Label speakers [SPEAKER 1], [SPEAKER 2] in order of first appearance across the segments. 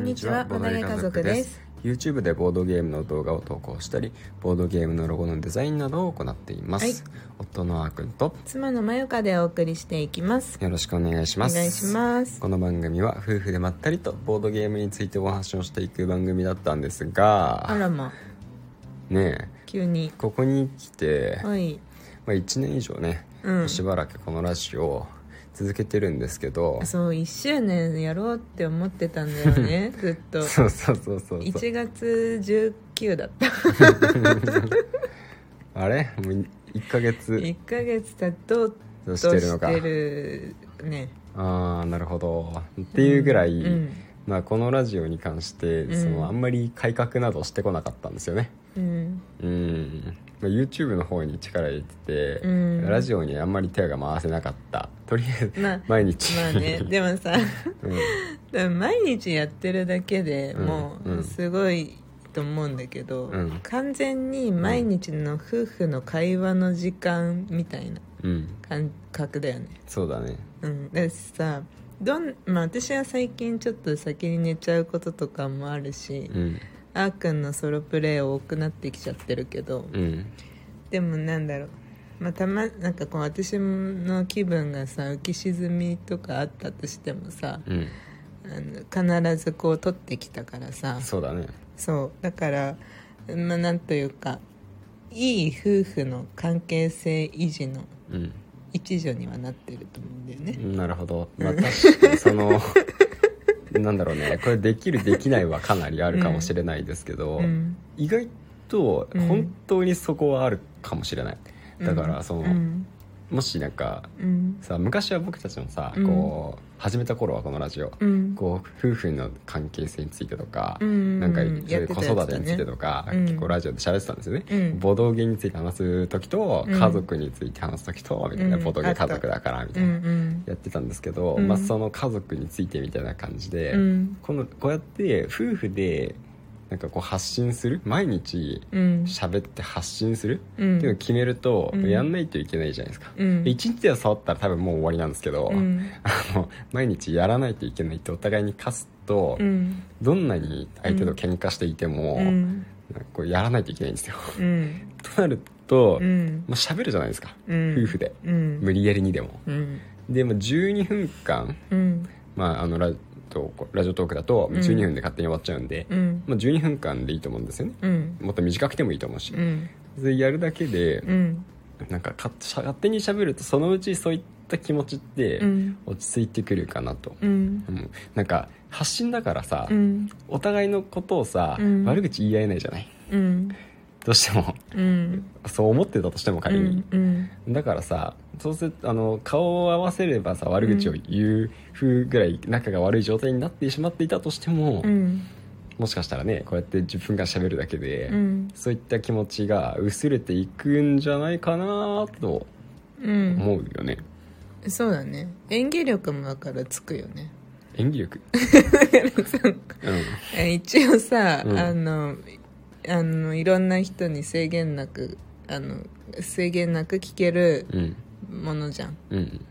[SPEAKER 1] にちは、ボドゲ家族です。。
[SPEAKER 2] YouTube でボードゲームの動画を投稿したり、ボードゲームのロゴのデザインなどを行っています。
[SPEAKER 1] はい
[SPEAKER 2] 夫のあーくんと
[SPEAKER 1] 妻のまよかでお送りしていきます。
[SPEAKER 2] よろしくお願いし
[SPEAKER 1] お
[SPEAKER 2] ます。
[SPEAKER 1] 願いします。
[SPEAKER 2] この番組は夫婦でまったりとボードゲームについてお話をしていく番組だったんです
[SPEAKER 1] あ
[SPEAKER 2] が、
[SPEAKER 1] らま、
[SPEAKER 2] ねえ、
[SPEAKER 1] 急に。
[SPEAKER 2] ここに来て、
[SPEAKER 1] はい。
[SPEAKER 2] まあ、1年以上ね、
[SPEAKER 1] うん
[SPEAKER 2] しばらくこのラジオを続けてるんですけど、
[SPEAKER 1] そう、1周年やろうって思ってたんだよ ね、ずっと。
[SPEAKER 2] そうそうそうそうそう。
[SPEAKER 1] 1月19だった。
[SPEAKER 2] あれもう1ヶ月
[SPEAKER 1] 1ヶ月経とうと
[SPEAKER 2] してるのか
[SPEAKER 1] してるね。
[SPEAKER 2] ああなるほどっていうぐらい、
[SPEAKER 1] うん。
[SPEAKER 2] まあ、このラジオに関して、
[SPEAKER 1] ん
[SPEAKER 2] そのあんまり改革などしてこなかったんですよね
[SPEAKER 1] うん。
[SPEAKER 2] うん、まあ、YouTube の方に力入れてて、
[SPEAKER 1] うん
[SPEAKER 2] ラジオにあんまり手が回せなかったとりあえず、
[SPEAKER 1] まあ
[SPEAKER 2] 毎日
[SPEAKER 1] まあ ね、でもさ、
[SPEAKER 2] うん
[SPEAKER 1] でも毎日やってるだけで
[SPEAKER 2] うん
[SPEAKER 1] も
[SPEAKER 2] う
[SPEAKER 1] うんすごいと思うんだけど、
[SPEAKER 2] うん
[SPEAKER 1] 完全に毎日の夫婦の会話の時間みたいな
[SPEAKER 2] うん
[SPEAKER 1] 感覚だよね、
[SPEAKER 2] そうだね
[SPEAKER 1] うん、だしさどん、まあ、私は最近ちょっと先に寝ちゃうこととかもあるし、
[SPEAKER 2] うん
[SPEAKER 1] あーくんのソロプレイ多くなってきちゃってるけど
[SPEAKER 2] うん
[SPEAKER 1] でもなんだろうまあ、たまなんかこう私の気分がさ浮き沈みとかあったとしてもさ、
[SPEAKER 2] うん
[SPEAKER 1] あの必ずこう取ってきたからさ
[SPEAKER 2] そうだね
[SPEAKER 1] そうだからまあなんというかいい夫婦の関係性維持の
[SPEAKER 2] うん
[SPEAKER 1] 一助にはなってると思うんだよね、
[SPEAKER 2] なるほどまあ確かにそ のなんだろうねこれできるできないはかなりあるかもしれないですけど、
[SPEAKER 1] うん
[SPEAKER 2] 意外と
[SPEAKER 1] うん
[SPEAKER 2] 本当にそこはあるかもしれない、だからその、
[SPEAKER 1] うん
[SPEAKER 2] もしなんか
[SPEAKER 1] うん
[SPEAKER 2] さ昔は僕たちもさ、
[SPEAKER 1] うん
[SPEAKER 2] こう始めた頃はこのラジオ、
[SPEAKER 1] うん
[SPEAKER 2] こう夫婦の関係性についてとか、
[SPEAKER 1] うん
[SPEAKER 2] なんかそううんいう子育てについてとか、
[SPEAKER 1] うん
[SPEAKER 2] 結構ラジオで喋ってたんですよね、
[SPEAKER 1] うん
[SPEAKER 2] ボードゲームについて話す時と
[SPEAKER 1] うん
[SPEAKER 2] 家族について話す時とみたいな、
[SPEAKER 1] うん
[SPEAKER 2] ボードゲーム家族だからみた
[SPEAKER 1] う
[SPEAKER 2] いな、
[SPEAKER 1] ん
[SPEAKER 2] やってたんですけど、
[SPEAKER 1] うん
[SPEAKER 2] まあ、その家族についてみたいな感じで、
[SPEAKER 1] うん
[SPEAKER 2] このこうやって夫婦でなんかこう発信する毎日
[SPEAKER 1] うん
[SPEAKER 2] 喋って発信する
[SPEAKER 1] うん
[SPEAKER 2] っていうのを決めると、
[SPEAKER 1] うん
[SPEAKER 2] やんないといけないじゃないですか、
[SPEAKER 1] うん
[SPEAKER 2] で一日で触ったら多分もう終わりなんですけど、
[SPEAKER 1] うん
[SPEAKER 2] あの毎日やらないといけないってお互いに課すと、
[SPEAKER 1] うん
[SPEAKER 2] どんなに相手と喧嘩していても、
[SPEAKER 1] う
[SPEAKER 2] な
[SPEAKER 1] ん
[SPEAKER 2] んかこうやらないといけないんですよ
[SPEAKER 1] うん
[SPEAKER 2] となると、
[SPEAKER 1] う
[SPEAKER 2] ま
[SPEAKER 1] ん
[SPEAKER 2] あ、喋るじゃないですか、
[SPEAKER 1] うん
[SPEAKER 2] 夫婦で
[SPEAKER 1] うん
[SPEAKER 2] 無理やりにでも
[SPEAKER 1] うん
[SPEAKER 2] でも12分間、
[SPEAKER 1] うん
[SPEAKER 2] まあ、あのラとラジオトークだと
[SPEAKER 1] ん
[SPEAKER 2] 12分で勝手に終わっちゃうんで、
[SPEAKER 1] うん
[SPEAKER 2] まあ、12分間でいいと思うんですよね
[SPEAKER 1] うん
[SPEAKER 2] もっと短くてもいいと思うし
[SPEAKER 1] う、ん
[SPEAKER 2] それやるだけで、
[SPEAKER 1] うん
[SPEAKER 2] なんかかしゃ勝手に喋るとそのうちそういった気持ちって
[SPEAKER 1] うん
[SPEAKER 2] 落ち着いてくるかなと、
[SPEAKER 1] うん
[SPEAKER 2] うんなんか発信だからさ、
[SPEAKER 1] うん
[SPEAKER 2] お互いのことをさ、
[SPEAKER 1] うん
[SPEAKER 2] 悪口言い合えないじゃない
[SPEAKER 1] うん
[SPEAKER 2] どうしても
[SPEAKER 1] うん
[SPEAKER 2] そう思ってたとしても仮に、
[SPEAKER 1] うん
[SPEAKER 2] だからさそうするとあの顔を合わせればさ悪口を言う風ぐらい仲が悪い状態になってしまっていたとしても、
[SPEAKER 1] うん
[SPEAKER 2] もしかしたらねこうやって10分間喋るだけで、
[SPEAKER 1] うん
[SPEAKER 2] そういった気持ちが薄れていくんじゃないかなと
[SPEAKER 1] うん
[SPEAKER 2] 思うよね、
[SPEAKER 1] そうだね演技力もだからつくよね
[SPEAKER 2] 演技 力う
[SPEAKER 1] え一応さ、
[SPEAKER 2] うん
[SPEAKER 1] あのあのいろんな人に制限なくあの制限なく聞ける
[SPEAKER 2] んうん
[SPEAKER 1] ものじゃん
[SPEAKER 2] うん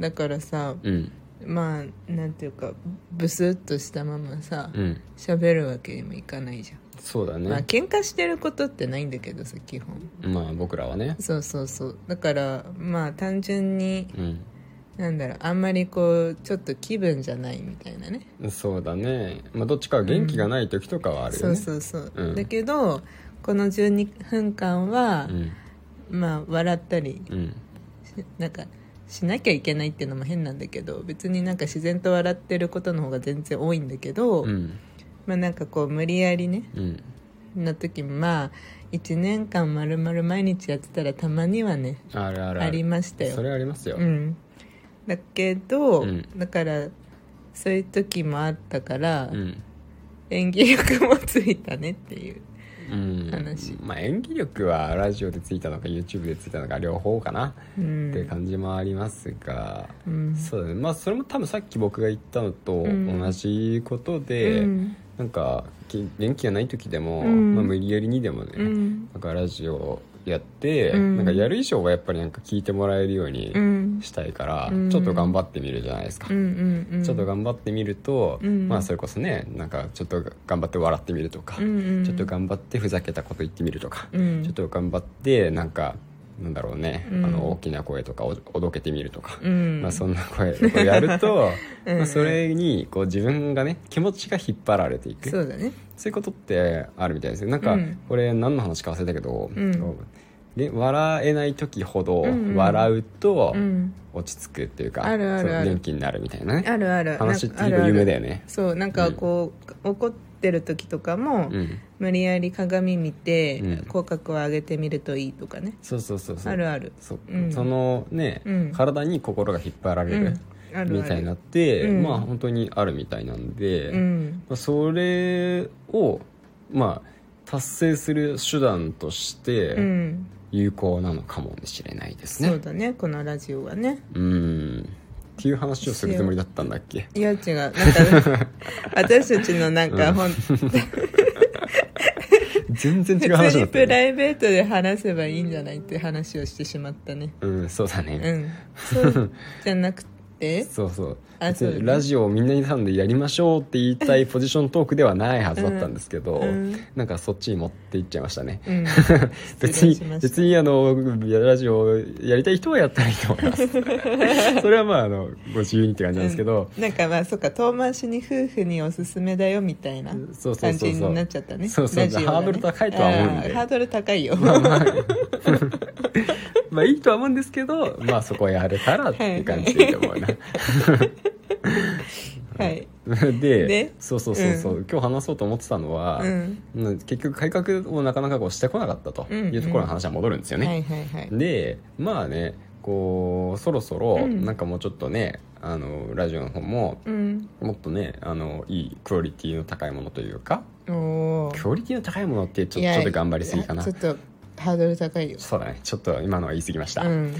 [SPEAKER 1] だからさ
[SPEAKER 2] うん
[SPEAKER 1] まあなんていうかブスッとしたままさ
[SPEAKER 2] うん
[SPEAKER 1] 喋るわけにもいかないじゃん、
[SPEAKER 2] そうだ
[SPEAKER 1] まあ
[SPEAKER 2] ね
[SPEAKER 1] 喧嘩してることってないんだけどさ基本
[SPEAKER 2] まあ僕らはね
[SPEAKER 1] そうそうそうだからまあ単純に
[SPEAKER 2] う
[SPEAKER 1] なんだろうあんまりこうちょっと気分じゃないみたいなね
[SPEAKER 2] んそうだねまあどっちかは元気がない時とかはあるよ
[SPEAKER 1] そう
[SPEAKER 2] ね
[SPEAKER 1] そうそう、
[SPEAKER 2] うん
[SPEAKER 1] だけどこの12分間は
[SPEAKER 2] う、ん
[SPEAKER 1] まあ笑ったり
[SPEAKER 2] うん
[SPEAKER 1] しなんかしなきゃいけないっていうのも変なんだけど別になんか自然と笑ってることの方が全然多いんだけど、
[SPEAKER 2] うん
[SPEAKER 1] まあなんかこう無理やりね
[SPEAKER 2] うん
[SPEAKER 1] の時もまあ1年間まるまる毎日やってたらたまにはね
[SPEAKER 2] あるある
[SPEAKER 1] ありましたよ
[SPEAKER 2] それありますよ
[SPEAKER 1] うん、だけど、
[SPEAKER 2] うん
[SPEAKER 1] だからそういう時もあったから、
[SPEAKER 2] うん
[SPEAKER 1] 演技力もついたねっていう
[SPEAKER 2] うん
[SPEAKER 1] 話
[SPEAKER 2] まあ演技力はラジオでついたのか YouTube でついたのか両方かな
[SPEAKER 1] う
[SPEAKER 2] っ
[SPEAKER 1] ん
[SPEAKER 2] ていう感じもありますが
[SPEAKER 1] うん
[SPEAKER 2] そうだねまあそれも多分さっき僕が言ったのと
[SPEAKER 1] ん
[SPEAKER 2] 同じことで
[SPEAKER 1] うん
[SPEAKER 2] なんかき元気がない時でも
[SPEAKER 1] うん
[SPEAKER 2] まあ無理やりにでも
[SPEAKER 1] う
[SPEAKER 2] ね
[SPEAKER 1] ん
[SPEAKER 2] なんかラジオやって、
[SPEAKER 1] うん
[SPEAKER 2] なんかやる以上はやっぱりなんか聞いてもらえるように
[SPEAKER 1] うん
[SPEAKER 2] したいから、
[SPEAKER 1] うん
[SPEAKER 2] ちょっと頑張ってみるじゃないですか、
[SPEAKER 1] うんうんうん
[SPEAKER 2] ちょっと頑張ってみると、
[SPEAKER 1] うん
[SPEAKER 2] まあそれこそねなんかちょっと頑張って笑ってみるとか、
[SPEAKER 1] うんうん
[SPEAKER 2] ちょっと頑張ってふざけたこと言ってみるとか、
[SPEAKER 1] うん
[SPEAKER 2] ちょっと頑張ってなんかなんだろうね、
[SPEAKER 1] うん
[SPEAKER 2] あの大きな声とかおおどけてみるとか、
[SPEAKER 1] うん
[SPEAKER 2] まあ、そんな声 をやると
[SPEAKER 1] うん
[SPEAKER 2] まあそれにこう自分がね気持ちが引っ張られていく
[SPEAKER 1] そうだね
[SPEAKER 2] そういうことってあるみたいですよなんか、
[SPEAKER 1] うん
[SPEAKER 2] これ何の話か忘れたけど、
[SPEAKER 1] うん
[SPEAKER 2] こうで笑えない時ほど
[SPEAKER 1] うんうん
[SPEAKER 2] 笑うと
[SPEAKER 1] うん
[SPEAKER 2] 落ち着くっていうか、
[SPEAKER 1] あるあるある
[SPEAKER 2] そう元気になるみたいなね
[SPEAKER 1] あるある
[SPEAKER 2] 話って結
[SPEAKER 1] なんかあるあ
[SPEAKER 2] 構
[SPEAKER 1] る
[SPEAKER 2] 有名だよね
[SPEAKER 1] そうなんかこう、怒ってる時とかも、
[SPEAKER 2] うん
[SPEAKER 1] 無理やり鏡見て、
[SPEAKER 2] うん
[SPEAKER 1] 口角を上げてみるといいとかね
[SPEAKER 2] そうそうそうそう
[SPEAKER 1] あるある
[SPEAKER 2] そう
[SPEAKER 1] うん
[SPEAKER 2] そのね、
[SPEAKER 1] うん
[SPEAKER 2] 体に心が引っ張られ
[SPEAKER 1] う
[SPEAKER 2] る
[SPEAKER 1] ん、あるある
[SPEAKER 2] みたいになって、
[SPEAKER 1] うん
[SPEAKER 2] まあ本当にあるみたいなんで、
[SPEAKER 1] うん
[SPEAKER 2] まあそれをまあ達成する手段とし
[SPEAKER 1] う
[SPEAKER 2] て
[SPEAKER 1] ん
[SPEAKER 2] 有効なのかもしれないですね、
[SPEAKER 1] そうだねこのラジオはね
[SPEAKER 2] うんっていう話をするつもりだったんだっ け
[SPEAKER 1] いや違うなんか 私たちのなんか、ほん
[SPEAKER 2] 全然 違う
[SPEAKER 1] 普
[SPEAKER 2] 話だ
[SPEAKER 1] 通に
[SPEAKER 2] ったよ
[SPEAKER 1] プ
[SPEAKER 2] ね
[SPEAKER 1] ライベートで話せばいいんじゃないって話をしてしまったね
[SPEAKER 2] うんそうだね、
[SPEAKER 1] うんそうじゃなく て
[SPEAKER 2] そうそう
[SPEAKER 1] あそうだね
[SPEAKER 2] ラジオをみんなに頼んでやりましょうって言いたいポジショントークではないはずだったんですけど、
[SPEAKER 1] うん
[SPEAKER 2] なんかそっちに持っていっちゃいましたね
[SPEAKER 1] うん
[SPEAKER 2] 別に
[SPEAKER 1] 失礼しました
[SPEAKER 2] 別にあのラジオをやりたい人はやったらいいと思います それはまああのご自由にって感じなんですけど、
[SPEAKER 1] なんかまあそっか遠回しに夫婦におすすめだよみたいな
[SPEAKER 2] そうそうそうそう
[SPEAKER 1] 感じになっちゃったね
[SPEAKER 2] そうそう
[SPEAKER 1] ラジオがね
[SPEAKER 2] ハードル高いとは思うんで
[SPEAKER 1] あーハードル高いよ、
[SPEAKER 2] まあいいとは思うんですけどまあそこやれたらっていう感じでいいと思うな
[SPEAKER 1] はい、
[SPEAKER 2] で
[SPEAKER 1] で
[SPEAKER 2] そうそうそうそう、今日話そうと思ってたのは、
[SPEAKER 1] うん
[SPEAKER 2] うん結局改革をなかなかこうしてこなかったと
[SPEAKER 1] うん
[SPEAKER 2] いうところの話は戻るんですよね、
[SPEAKER 1] はいはいはい
[SPEAKER 2] でまあねこうそろそろ
[SPEAKER 1] うん
[SPEAKER 2] なんかもうちょっとね、あのラジオの方も
[SPEAKER 1] うん
[SPEAKER 2] もっとねあのいいクオリティの高いものというか
[SPEAKER 1] おー
[SPEAKER 2] クオリティの高いものってちょ
[SPEAKER 1] いや
[SPEAKER 2] ちょっと頑張りすぎかない
[SPEAKER 1] やちょっとハードル高いよ
[SPEAKER 2] そうだねちょっと今のは言い過ぎました、
[SPEAKER 1] うん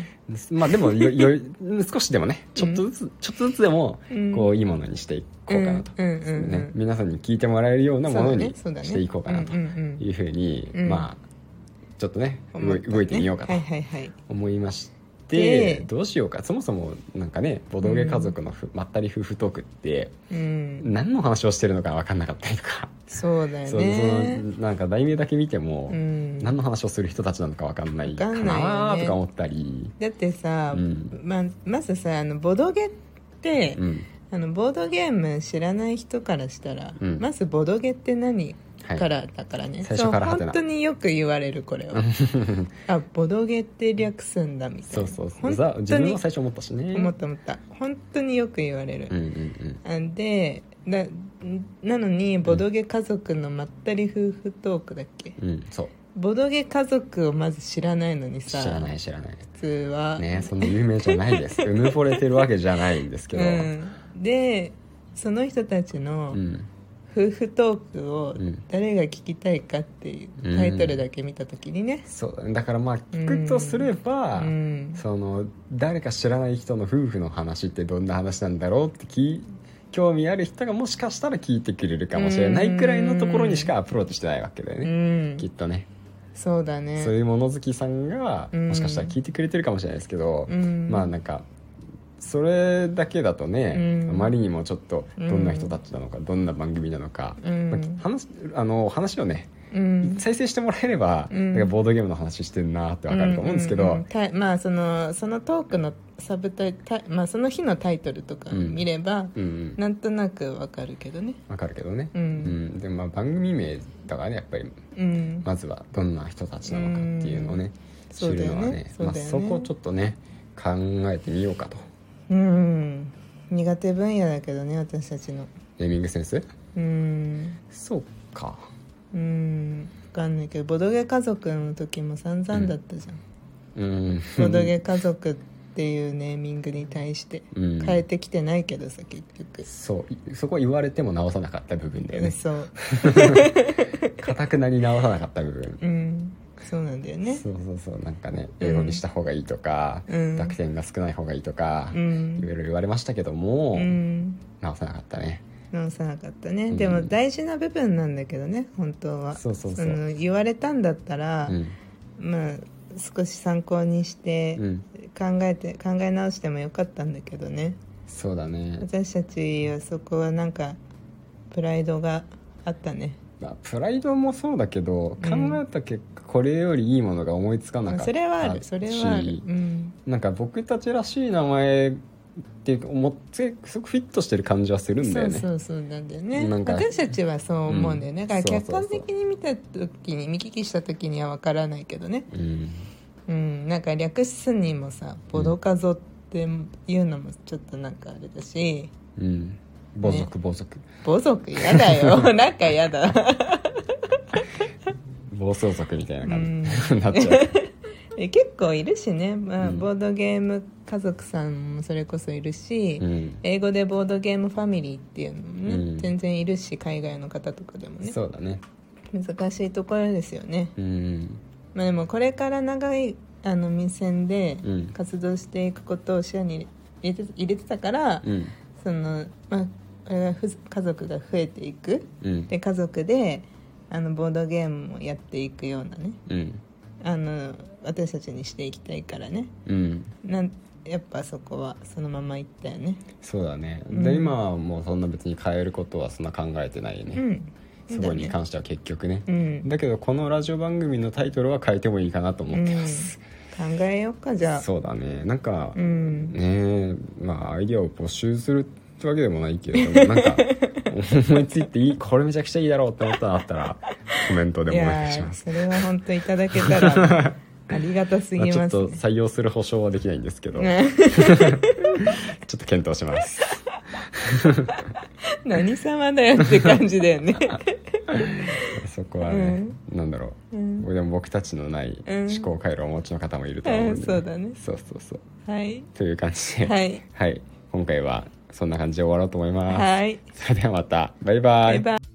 [SPEAKER 2] まあでもよよ少しでもねちょっとずつ、ちょっとずつでも
[SPEAKER 1] うん
[SPEAKER 2] こういいものにしていこうかなと、
[SPEAKER 1] うんうんうんうん
[SPEAKER 2] ね、皆さんに聞いてもらえるようなものに
[SPEAKER 1] そうだねそうだね
[SPEAKER 2] していこうかなと
[SPEAKER 1] うんうんうん
[SPEAKER 2] いうふうに、
[SPEAKER 1] うん
[SPEAKER 2] まあちょっとね
[SPEAKER 1] 思
[SPEAKER 2] 動い
[SPEAKER 1] ったね
[SPEAKER 2] 動いてみようかと
[SPEAKER 1] はいはいはい
[SPEAKER 2] 思いまして。
[SPEAKER 1] で
[SPEAKER 2] どうしようかそもそもなんかねボドゲ家族のふ、まったり夫婦トークって
[SPEAKER 1] うん
[SPEAKER 2] 何の話をしてるのか分かんなかったりとか、
[SPEAKER 1] そうだよ
[SPEAKER 2] そうそ
[SPEAKER 1] ね
[SPEAKER 2] のなんか題名だけ見ても、
[SPEAKER 1] うん
[SPEAKER 2] 何の話をする人たちなのか分かんないか
[SPEAKER 1] わかんない
[SPEAKER 2] な
[SPEAKER 1] よね
[SPEAKER 2] とか思ったり、
[SPEAKER 1] だってさ、
[SPEAKER 2] うん
[SPEAKER 1] ままずさあのボドゲって、
[SPEAKER 2] うん、
[SPEAKER 1] あのボードゲーム知らない人からしたら、
[SPEAKER 2] うん
[SPEAKER 1] まずボドゲって何
[SPEAKER 2] はい
[SPEAKER 1] からだからね、
[SPEAKER 2] 最初から
[SPEAKER 1] そ
[SPEAKER 2] は
[SPEAKER 1] う
[SPEAKER 2] てな
[SPEAKER 1] 本当によく言われる これはあボドゲって略すんだみたい
[SPEAKER 2] そ
[SPEAKER 1] な
[SPEAKER 2] うそうそう
[SPEAKER 1] 本
[SPEAKER 2] ざ自
[SPEAKER 1] 当
[SPEAKER 2] 分
[SPEAKER 1] に
[SPEAKER 2] も最初思ったしね
[SPEAKER 1] 思った思った本当によく言われる
[SPEAKER 2] うん、うん
[SPEAKER 1] あでななのにボドゲ家族のまったり夫婦トークだっけ、
[SPEAKER 2] うんうんそう
[SPEAKER 1] ボドゲ家族をまず知らないのに
[SPEAKER 2] 知
[SPEAKER 1] さ
[SPEAKER 2] らない知らない
[SPEAKER 1] 普通は、
[SPEAKER 2] ねそんな有名じゃない ですうぬぼれてるわけじゃないんですけ
[SPEAKER 1] う
[SPEAKER 2] ど、
[SPEAKER 1] ん、でその人たちの、
[SPEAKER 2] うん
[SPEAKER 1] 夫婦トークを
[SPEAKER 2] うん
[SPEAKER 1] 誰が聞きたいかっていう
[SPEAKER 2] うん
[SPEAKER 1] タイトルだけ見た時にね、
[SPEAKER 2] そうだねだからまあ聞くとすれば、
[SPEAKER 1] うん
[SPEAKER 2] その誰か知らない人の夫婦の話ってどんな話なんだろうって聞い興味ある人がもしかしたら聞いてくれるかもしれないくらいのところにしかアプローチしてないわけだよ
[SPEAKER 1] う
[SPEAKER 2] ね、
[SPEAKER 1] ん
[SPEAKER 2] きっとね
[SPEAKER 1] そうだね
[SPEAKER 2] そういうもの好きさんが
[SPEAKER 1] うん
[SPEAKER 2] もしかしたら聞いてくれてるかもしれないですけど、
[SPEAKER 1] うん
[SPEAKER 2] まあなんかそれだけだとね、
[SPEAKER 1] うん
[SPEAKER 2] あまりにもちょっとどんな人たちなのか、どんな番組なのか、
[SPEAKER 1] うん
[SPEAKER 2] まあ話あの話をね
[SPEAKER 1] うん
[SPEAKER 2] 再生してもらえれば、
[SPEAKER 1] うん
[SPEAKER 2] なんかボードゲームの話してるなってわかると思うんですけど、
[SPEAKER 1] ううたまあそのそのトークのサブタイタイまあその日のタイトルとか見れば、
[SPEAKER 2] うんうん
[SPEAKER 1] なんとなくわかるけどね
[SPEAKER 2] わかるけどね、
[SPEAKER 1] うん
[SPEAKER 2] んでもまあ番組名だからねやっぱり
[SPEAKER 1] うん、
[SPEAKER 2] まずはどんな人たちなのかっていうのをね、知
[SPEAKER 1] そうだ
[SPEAKER 2] る
[SPEAKER 1] よ
[SPEAKER 2] のは
[SPEAKER 1] ね
[SPEAKER 2] ね
[SPEAKER 1] そう
[SPEAKER 2] まあ、
[SPEAKER 1] だよね
[SPEAKER 2] そこをちょっとね考えてみようかと
[SPEAKER 1] うん苦手分野だけどね私たちの
[SPEAKER 2] ネーミングセンス
[SPEAKER 1] うん
[SPEAKER 2] そうか
[SPEAKER 1] うん分かんないけどボドゲ家族の時も散々だったじゃん
[SPEAKER 2] うん
[SPEAKER 1] ボドゲ家族っていうネーミングに対して
[SPEAKER 2] うん
[SPEAKER 1] 変えてきてないけどさ結局
[SPEAKER 2] そういそこは言われても直さなかった部分だよね
[SPEAKER 1] そう
[SPEAKER 2] かたくなに直さなかった部分
[SPEAKER 1] うんそうなんだよね
[SPEAKER 2] そうそうそうなんかね英語にした方がいいとか、
[SPEAKER 1] うん
[SPEAKER 2] 濁点が少ない方がいいとか、
[SPEAKER 1] うん
[SPEAKER 2] いろいろ言われましたけども、
[SPEAKER 1] うん
[SPEAKER 2] 直さなかったね
[SPEAKER 1] 直さなかったね、
[SPEAKER 2] うん
[SPEAKER 1] でも大事な部分なんだけどね本当は
[SPEAKER 2] そうそうそう
[SPEAKER 1] の言われたんだったら、
[SPEAKER 2] うん
[SPEAKER 1] まあ少し参考にして
[SPEAKER 2] うん
[SPEAKER 1] 考えて考え直してもよかったんだけどね
[SPEAKER 2] そうだね、
[SPEAKER 1] 私たちはそこはなんかプライドがあったね
[SPEAKER 2] まあ、プライドもそうだけど考
[SPEAKER 1] うん
[SPEAKER 2] えた結果これよりいいものが思いつかなかったし、
[SPEAKER 1] それはあるそれはあるうん
[SPEAKER 2] なんか僕たちらしい名前っていうか思ってすごくフィットしてる感じはするんだよね
[SPEAKER 1] そうそうそうなんだよね
[SPEAKER 2] なんか
[SPEAKER 1] 私たちはそう思うんだよね、
[SPEAKER 2] うん
[SPEAKER 1] だから
[SPEAKER 2] そう
[SPEAKER 1] 客
[SPEAKER 2] そうそう
[SPEAKER 1] 観的に見た時に見聞きした時には分からないけどね
[SPEAKER 2] うん
[SPEAKER 1] うんなんか略すにもさボドカゾっていうのもちょっとなんかあれだ し
[SPEAKER 2] うん母族母族、
[SPEAKER 1] 母族嫌だよ なんか嫌だ
[SPEAKER 2] 暴走族みたいな
[SPEAKER 1] う
[SPEAKER 2] 感
[SPEAKER 1] ん
[SPEAKER 2] じ になっちゃう
[SPEAKER 1] え結構いるしね、まあ
[SPEAKER 2] うん
[SPEAKER 1] ボードゲーム家族さんもそれこそいるし、
[SPEAKER 2] うん
[SPEAKER 1] 英語でボードゲームファミリーっていうのもね、
[SPEAKER 2] うん
[SPEAKER 1] 全然いるし海外の方とかでもね
[SPEAKER 2] そうだね
[SPEAKER 1] 難しいところですよね、
[SPEAKER 2] うん
[SPEAKER 1] まあ、でもこれから長いあの民選で
[SPEAKER 2] うん
[SPEAKER 1] 活動していくことを視野に入れて入れてたから、
[SPEAKER 2] うん
[SPEAKER 1] そのまあこれがふ家族が増えていく
[SPEAKER 2] うん
[SPEAKER 1] で家族であのボードゲームもやっていくようなね
[SPEAKER 2] うん
[SPEAKER 1] あの私たちにしていきたいからね
[SPEAKER 2] うん
[SPEAKER 1] なんやっぱそこはそのままいったよね
[SPEAKER 2] そうだね、
[SPEAKER 1] うん
[SPEAKER 2] で今はもうそんな別に変えることはそんな考えてないよ
[SPEAKER 1] う
[SPEAKER 2] ね、
[SPEAKER 1] ん
[SPEAKER 2] すごいに
[SPEAKER 1] ね
[SPEAKER 2] 関しては結局ね、
[SPEAKER 1] うん、
[SPEAKER 2] だけどこのラジオ番組のタイトルは変えてもいいかなと思ってます、
[SPEAKER 1] 考えようかじゃあ
[SPEAKER 2] そうだねなんか、
[SPEAKER 1] う
[SPEAKER 2] ね
[SPEAKER 1] ん
[SPEAKER 2] えまあアイディアを募集するってわけでもないけれどもなんか思いついていいこれめちゃくちゃいいだろうって思ったのあったらコメントで
[SPEAKER 1] い
[SPEAKER 2] もお願いし
[SPEAKER 1] や
[SPEAKER 2] ま
[SPEAKER 1] ー
[SPEAKER 2] す
[SPEAKER 1] それは本当いただけたら ありがたす
[SPEAKER 2] まあ
[SPEAKER 1] ぎ
[SPEAKER 2] ちょ
[SPEAKER 1] ま
[SPEAKER 2] っ
[SPEAKER 1] す、ね
[SPEAKER 2] と採用する保証はできないんですけど、
[SPEAKER 1] ね
[SPEAKER 2] ちょっと検討します
[SPEAKER 1] 何様だよって感じだ よね
[SPEAKER 2] そこはね、なんだろう、
[SPEAKER 1] うん
[SPEAKER 2] でも僕たちのない
[SPEAKER 1] うん
[SPEAKER 2] 思考回路をお持ちの方もいると思うんで、
[SPEAKER 1] うんそうだね
[SPEAKER 2] そうそうそう
[SPEAKER 1] はい
[SPEAKER 2] という感じで
[SPEAKER 1] は
[SPEAKER 2] はい、
[SPEAKER 1] い
[SPEAKER 2] 今回はそんな感じで終わろうと思います、
[SPEAKER 1] はい
[SPEAKER 2] それではまたバイバイ
[SPEAKER 1] バイバイ